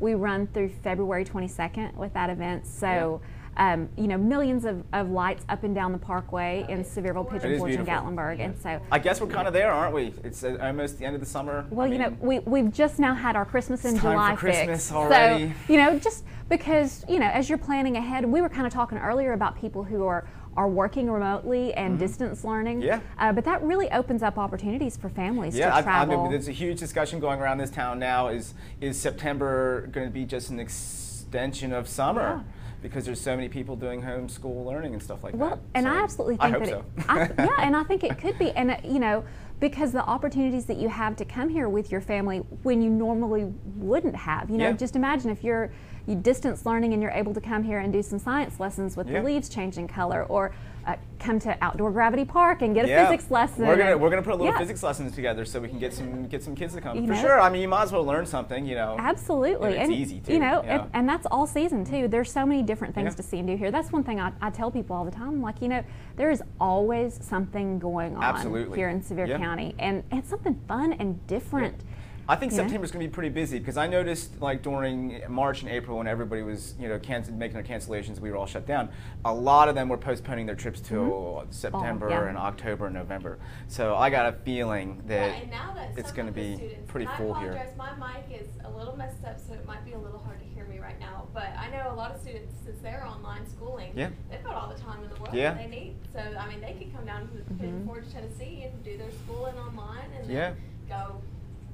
[SPEAKER 5] We run through February 22nd with that event. So, um, you know, millions of, of lights up and down the parkway in Sevierville, Pigeon
[SPEAKER 1] is
[SPEAKER 5] Forge, and
[SPEAKER 1] beautiful.
[SPEAKER 5] Gatlinburg. And so,
[SPEAKER 1] I guess we're kind of there, aren't we? It's uh, almost the end of the summer.
[SPEAKER 5] well,
[SPEAKER 1] I
[SPEAKER 5] you know,
[SPEAKER 1] mean,
[SPEAKER 5] we, we've just now had our Christmas in
[SPEAKER 1] It's time for
[SPEAKER 5] July
[SPEAKER 1] Christmas
[SPEAKER 5] fix.
[SPEAKER 1] already.
[SPEAKER 5] So, you know, just because, you know, as you're planning ahead, we were kind of talking earlier about people who are, are working remotely and distance learning.
[SPEAKER 1] Mm-hmm. Yeah.
[SPEAKER 5] Uh, but that really opens up opportunities for families
[SPEAKER 1] Yeah,
[SPEAKER 5] to
[SPEAKER 1] I, I
[SPEAKER 5] travel.
[SPEAKER 1] mean, there's a huge discussion going around this town now. Is is September going to be just an extension of summer? Because there's so many people doing home school learning and stuff like that.
[SPEAKER 5] Well, and I
[SPEAKER 1] So,
[SPEAKER 5] absolutely
[SPEAKER 1] I
[SPEAKER 5] think
[SPEAKER 1] hope
[SPEAKER 5] that
[SPEAKER 1] so.
[SPEAKER 5] it, I, yeah, and I think it could be, and uh, you know, because the opportunities that you have to come here with your family when you normally wouldn't have, you know,
[SPEAKER 1] Yeah.
[SPEAKER 5] just imagine if you're, you distance learning and you're able to come here and do some science lessons with
[SPEAKER 1] Yeah.
[SPEAKER 5] the leaves changing color, or uh, come to Outdoor Gravity Park and get a
[SPEAKER 1] Yeah.
[SPEAKER 5] physics lesson.
[SPEAKER 1] We're gonna
[SPEAKER 5] and-
[SPEAKER 1] we're gonna put a little
[SPEAKER 5] Yeah,
[SPEAKER 1] physics lessons together so we can get some get some kids to come
[SPEAKER 5] You
[SPEAKER 1] for
[SPEAKER 5] know?
[SPEAKER 1] sure. I mean, you might as well learn something, you know.
[SPEAKER 5] Absolutely,
[SPEAKER 1] And it's
[SPEAKER 5] and
[SPEAKER 1] easy, too.
[SPEAKER 5] you know,
[SPEAKER 1] Yeah.
[SPEAKER 5] and, and that's all season too. There's so many different things
[SPEAKER 1] Yeah.
[SPEAKER 5] to see and do here. That's one thing I, I tell people all the time. Like you know, there is always something going on
[SPEAKER 1] Absolutely.
[SPEAKER 5] here in Sevier
[SPEAKER 1] Yeah.
[SPEAKER 5] County, and it's something fun and different.
[SPEAKER 1] I think
[SPEAKER 5] Yeah.
[SPEAKER 1] September's going to be pretty busy because I noticed like during March and April when everybody was you know canc- making their cancellations, we were all shut down. A lot of them were postponing their trips till September
[SPEAKER 5] Mm-hmm. yeah.
[SPEAKER 1] and October and November. So I got a feeling
[SPEAKER 2] Yeah,
[SPEAKER 1] that,
[SPEAKER 2] and now that
[SPEAKER 1] it's
[SPEAKER 2] going to
[SPEAKER 1] be pretty
[SPEAKER 2] I
[SPEAKER 1] full
[SPEAKER 2] apologize,
[SPEAKER 1] here.
[SPEAKER 2] My mic is a little messed up, so it might be a little hard to hear me right now. But I know a lot of students, since they're online schooling,
[SPEAKER 1] Yeah.
[SPEAKER 2] they've got all the time in the world
[SPEAKER 1] Yeah.
[SPEAKER 2] that they need. So I mean, they could come down to Pigeon Forge, Tennessee, and do their schooling online, and then go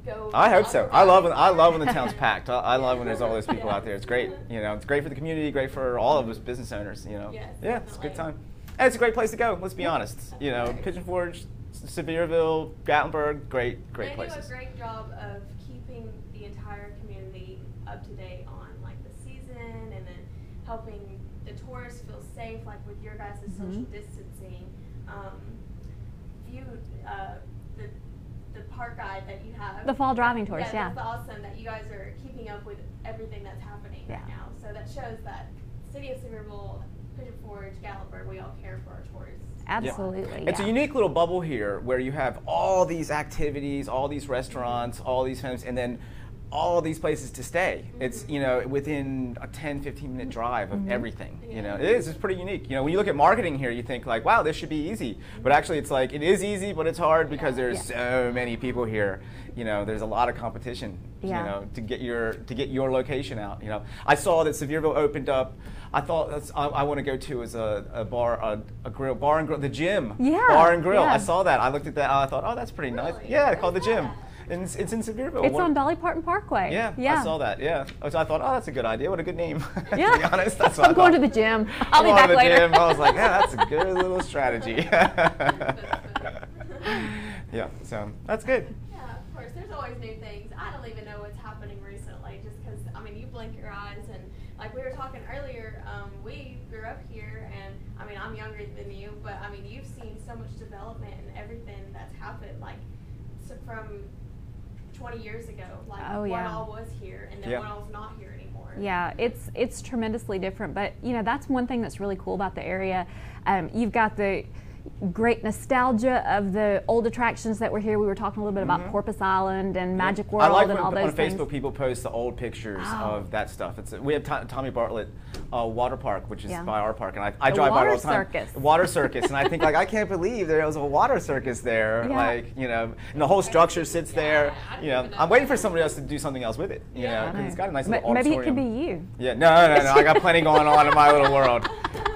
[SPEAKER 2] go.
[SPEAKER 1] I hope so. I love when I love when the town's
[SPEAKER 2] packed.
[SPEAKER 1] packed. I, I love when there's all those people
[SPEAKER 2] Yeah.
[SPEAKER 1] out there. It's great. You know, it's great for the community, great for all of us business owners. You know,
[SPEAKER 2] Yes,
[SPEAKER 1] yeah, it's a good time.
[SPEAKER 2] definitely.
[SPEAKER 1] And it's a great place to go. Let's be honest. You know, Pigeon Forge, Sevierville, Gatlinburg, great, great
[SPEAKER 2] they
[SPEAKER 1] places.
[SPEAKER 2] do a great job of keeping the entire community up to date on like the season and then helping the tourists feel safe, like with your guys'
[SPEAKER 5] Mm-hmm.
[SPEAKER 2] social distancing. Um, you, uh, the, the park guide that you have.
[SPEAKER 5] The fall driving tours, yeah.
[SPEAKER 2] that's awesome that you guys are keeping up with everything that's happening right
[SPEAKER 5] Yeah.
[SPEAKER 2] now. So that shows that City of Sevierville, Pigeon Forge, Gatlinburg, we all care for our tourists.
[SPEAKER 1] Yeah.
[SPEAKER 5] Absolutely.
[SPEAKER 1] It's a
[SPEAKER 5] yeah.
[SPEAKER 1] unique little bubble here where you have all these activities, all these restaurants, all these homes, and then all these places to stay. It's, you know, within a 10, 15 minute drive of everything. You know, it is, it's pretty unique. You know, when you look at marketing here, you think like, wow, this should be easy. But actually it's like, it is easy, but it's hard because there's so many people here. You know, there's a lot of competition,
[SPEAKER 5] Yeah.
[SPEAKER 1] you know, to get your, to get your location out. You know, I saw that Sevierville opened up. I thought that's, I, I want to go to is a, a bar, a, a grill, bar and grill, the gym.
[SPEAKER 5] Yeah,
[SPEAKER 1] Bar and Grill.
[SPEAKER 5] yeah.
[SPEAKER 1] I saw that. I looked at that. and I thought, oh, that's pretty nice.
[SPEAKER 2] Really?
[SPEAKER 1] Yeah, called the
[SPEAKER 2] Where's
[SPEAKER 1] gym.
[SPEAKER 2] that?
[SPEAKER 1] And it's, it's in Sevierville.
[SPEAKER 5] It's
[SPEAKER 1] What-
[SPEAKER 5] on Dolly Parton Parkway.
[SPEAKER 1] Yeah, I saw that. Yeah. So I thought, oh, that's a good idea. What a good name.
[SPEAKER 5] Yeah.
[SPEAKER 1] to be honest, that's what
[SPEAKER 5] I'm
[SPEAKER 1] I
[SPEAKER 5] going to
[SPEAKER 1] thought.
[SPEAKER 5] the gym. I'll
[SPEAKER 1] I'm
[SPEAKER 5] be
[SPEAKER 1] going
[SPEAKER 5] back
[SPEAKER 1] to the
[SPEAKER 5] later.
[SPEAKER 1] gym. I was like, yeah, that's a good little strategy. yeah. So that's good.
[SPEAKER 2] Yeah, of course. There's always new things. I don't even know what's happening recently, just because I mean, you blink your eyes, and like we were talking earlier, um, we grew up here, and I mean, I'm younger than you, but I mean, you've seen so much development and everything that's happened, like so from 20 years ago, like
[SPEAKER 5] Oh,
[SPEAKER 2] what
[SPEAKER 5] yeah.
[SPEAKER 2] all was here, and then
[SPEAKER 1] Yeah.
[SPEAKER 2] what all's not here anymore.
[SPEAKER 5] Yeah, it's it's tremendously different. But you know, that's one thing that's really cool about the area. Um, you've got the great nostalgia of the old attractions that were here. We were talking a little bit about Porpoise Island and Magic World
[SPEAKER 1] Mm-hmm. I like
[SPEAKER 5] and
[SPEAKER 1] when
[SPEAKER 5] all
[SPEAKER 1] on
[SPEAKER 5] those things. Oh.
[SPEAKER 1] Facebook people post the old pictures of that stuff. It's we have Tom, Tommy Bartlett uh, Water Park, which is
[SPEAKER 5] Yeah.
[SPEAKER 1] by our park, and I, I
[SPEAKER 5] The
[SPEAKER 1] drive by it
[SPEAKER 5] water
[SPEAKER 1] all the time.
[SPEAKER 5] circus.
[SPEAKER 1] Water circus, and I think like I can't believe there was a water circus there.
[SPEAKER 5] Yeah.
[SPEAKER 1] Like you know, and the whole structure sits there.
[SPEAKER 2] I don't
[SPEAKER 1] You know,
[SPEAKER 2] even know.
[SPEAKER 1] I'm waiting for somebody else to do something else with it. You
[SPEAKER 2] Yeah.
[SPEAKER 1] know, 'cause it's got a nice
[SPEAKER 5] Ma-
[SPEAKER 1] little auditorium.
[SPEAKER 5] maybe it could be you.
[SPEAKER 1] Yeah, no, no, no, no. I got plenty going on in my little world.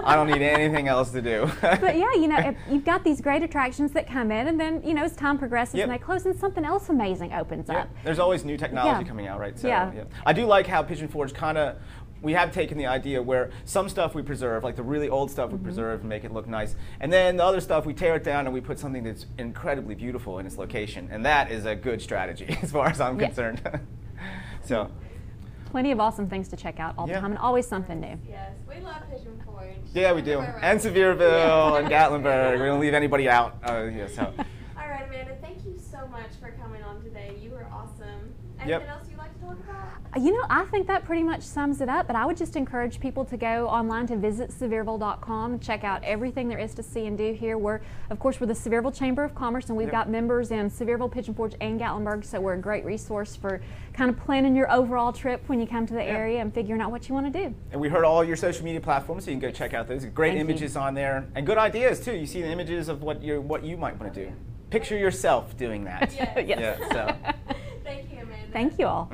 [SPEAKER 1] I don't need anything else to do.
[SPEAKER 5] But yeah, you know, if you've got these great attractions that come in, and then you know, as time progresses
[SPEAKER 1] Yep.
[SPEAKER 5] and they close, and something else amazing opens
[SPEAKER 1] Yeah,
[SPEAKER 5] up.
[SPEAKER 1] There's always new technology
[SPEAKER 5] Yeah.
[SPEAKER 1] coming out, right? So,
[SPEAKER 5] Yeah.
[SPEAKER 1] I do like how Pigeon Forge kind of. We have taken the idea where some stuff we preserve, like the really old stuff
[SPEAKER 5] Mm-hmm.
[SPEAKER 1] we preserve and make it look nice, and then the other stuff we tear it down and we put something that's incredibly beautiful in its location, and that is a good strategy as far as I'm
[SPEAKER 5] Yeah.
[SPEAKER 1] concerned. so,
[SPEAKER 5] Plenty of awesome things to check out all
[SPEAKER 1] Yeah.
[SPEAKER 5] the time, and always something new.
[SPEAKER 2] Yes, we love Pigeon Forge.
[SPEAKER 1] yeah, we do,
[SPEAKER 2] Everywhere
[SPEAKER 1] and
[SPEAKER 2] around.
[SPEAKER 1] Sevierville and Gatlinburg. We don't leave anybody out. Uh, yeah, so.
[SPEAKER 2] All right, Amanda, thank you so much for coming on today. You were awesome. Anything
[SPEAKER 1] Yep.
[SPEAKER 2] else you'd like to talk about?
[SPEAKER 5] You know, I think that pretty much sums it up, but I would just encourage people to go online to visit sevierville.com, check out everything there is to see and do here. We're, of course, we're the Sevierville Chamber of Commerce, and we've got members in Sevierville, Pigeon Forge, and Gatlinburg, so we're a great resource for kind of planning your overall trip when you come to the area and figuring out what you want to do.
[SPEAKER 1] And we heard all your social media platforms, so you can go check out those. Great
[SPEAKER 5] Thank you.
[SPEAKER 1] images on there, and good ideas too. You see the images of what you what you might want to do. Picture yourself doing that.
[SPEAKER 2] Yes.
[SPEAKER 5] Yes.
[SPEAKER 1] Yeah. So
[SPEAKER 2] Thank you, Amanda.
[SPEAKER 5] Thank you all.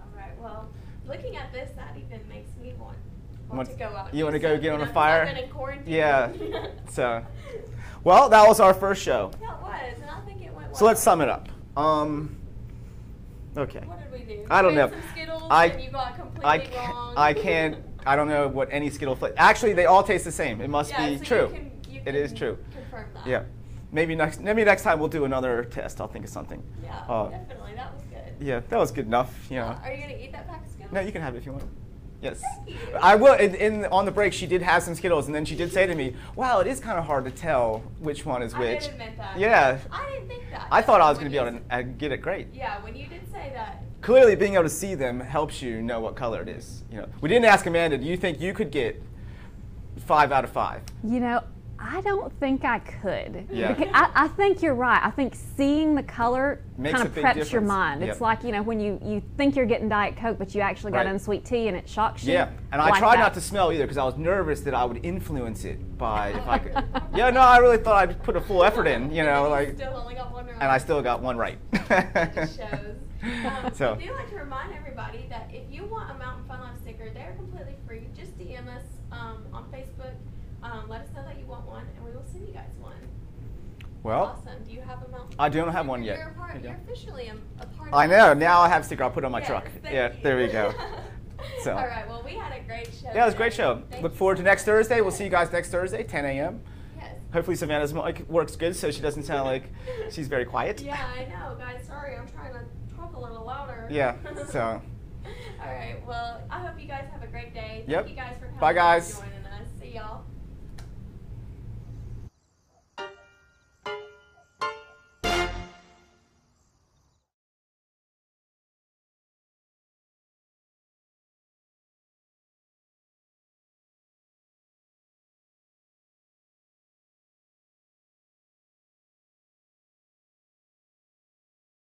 [SPEAKER 2] All right. Well, looking at this, that even makes me want, want
[SPEAKER 1] Want-
[SPEAKER 2] to go out. and
[SPEAKER 1] you
[SPEAKER 2] do
[SPEAKER 1] wanna go
[SPEAKER 2] something.
[SPEAKER 1] get on a
[SPEAKER 2] I'm
[SPEAKER 1] fire?
[SPEAKER 2] living in quarantine.
[SPEAKER 1] yeah.
[SPEAKER 2] that
[SPEAKER 1] So, well, that was our first show.
[SPEAKER 2] was, and I think it went well.
[SPEAKER 1] So let's sum it up. Um. Okay.
[SPEAKER 2] What did we do?
[SPEAKER 1] I don't
[SPEAKER 2] We
[SPEAKER 1] know.
[SPEAKER 2] had Some Skittles,
[SPEAKER 1] I-
[SPEAKER 2] and you got completely
[SPEAKER 1] I can't.
[SPEAKER 2] wrong.
[SPEAKER 1] I can't. I don't know what any Skittle flavor. Actually, they all taste the same. It must
[SPEAKER 2] yeah,
[SPEAKER 1] be
[SPEAKER 2] so
[SPEAKER 1] true.
[SPEAKER 2] You can, you
[SPEAKER 1] It is
[SPEAKER 2] can
[SPEAKER 1] true.
[SPEAKER 2] Confirm that.
[SPEAKER 1] Yeah. Maybe next. Maybe next time we'll do another test. I'll think of something.
[SPEAKER 2] Yeah.
[SPEAKER 1] Uh,
[SPEAKER 2] definitely. That was good.
[SPEAKER 1] yeah. That was good enough. You know.
[SPEAKER 2] Are you gonna eat that pack of Skittles?
[SPEAKER 1] No, you can have it if you want. Yes. I will. In, in, on the break, she did have some Skittles, and then she did say to me, "Wow, it is kind of hard to tell which one is
[SPEAKER 2] I
[SPEAKER 1] which."
[SPEAKER 2] did admit that.
[SPEAKER 1] Yeah.
[SPEAKER 2] I didn't think that.
[SPEAKER 1] I thought I was going to
[SPEAKER 2] When
[SPEAKER 1] be
[SPEAKER 2] you
[SPEAKER 1] able to uh, get it great.
[SPEAKER 2] Yeah, when you did say that,
[SPEAKER 1] Clearly, being able to see them helps you know what color it is. You know, we didn't ask Amanda. Do you think you could get five out of five?
[SPEAKER 5] You know, I don't think I could.
[SPEAKER 1] Yeah.
[SPEAKER 5] Because I, I think you're right. I think seeing the color
[SPEAKER 1] Makes
[SPEAKER 5] kind
[SPEAKER 1] a
[SPEAKER 5] of preps
[SPEAKER 1] big
[SPEAKER 5] your
[SPEAKER 1] difference.
[SPEAKER 5] mind.
[SPEAKER 1] Yep.
[SPEAKER 5] It's like, you know, when you, you think you're getting Diet Coke, but you actually got
[SPEAKER 1] Right.
[SPEAKER 5] unsweet tea and it shocks you.
[SPEAKER 1] Yeah, and I
[SPEAKER 5] Like
[SPEAKER 1] tried
[SPEAKER 5] that.
[SPEAKER 1] not to smell either because I was nervous that I would influence it by if I could. yeah, no, I really thought I'd put a full effort in, you know, like,
[SPEAKER 2] still only got one round.
[SPEAKER 1] and I still got one right.
[SPEAKER 2] shows. Um,
[SPEAKER 1] So-
[SPEAKER 2] I do like to remind everybody that if you want a Mountain Fun Life sticker, they're completely free. Just DM us um, on Facebook. Um, let us know that you want one, and we will send you guys one.
[SPEAKER 1] well,
[SPEAKER 2] Awesome. Do you have a Mountain?
[SPEAKER 1] I don't have one yet.
[SPEAKER 2] You're, a
[SPEAKER 1] I
[SPEAKER 2] part,
[SPEAKER 1] don't.
[SPEAKER 2] you're officially a, a part.
[SPEAKER 1] I
[SPEAKER 2] of
[SPEAKER 1] know
[SPEAKER 2] us.
[SPEAKER 1] now I have a sticker. I'll put it on my
[SPEAKER 2] Yes,
[SPEAKER 1] truck.
[SPEAKER 2] thank
[SPEAKER 1] yeah,
[SPEAKER 2] you.
[SPEAKER 1] there we go. So.
[SPEAKER 2] All right. Well, we had a great show.
[SPEAKER 1] Yeah, it was a
[SPEAKER 2] today.
[SPEAKER 1] great show.
[SPEAKER 2] Thank
[SPEAKER 1] Look
[SPEAKER 2] you
[SPEAKER 1] forward
[SPEAKER 2] so
[SPEAKER 1] to next
[SPEAKER 2] much.
[SPEAKER 1] Thursday. We'll see you guys next Thursday, 10 a.m.
[SPEAKER 2] Yes.
[SPEAKER 1] Hopefully Savannah's mic works good, so she doesn't sound like she's very quiet.
[SPEAKER 2] Yeah, I know, guys. Sorry, I'm trying to talk a little louder.
[SPEAKER 1] Yeah. So.
[SPEAKER 2] All right. Well, I hope you guys have a great day. Thank
[SPEAKER 1] Yep.
[SPEAKER 2] you guys for coming
[SPEAKER 1] Bye,
[SPEAKER 2] and
[SPEAKER 1] guys.
[SPEAKER 2] joining us. See y'all.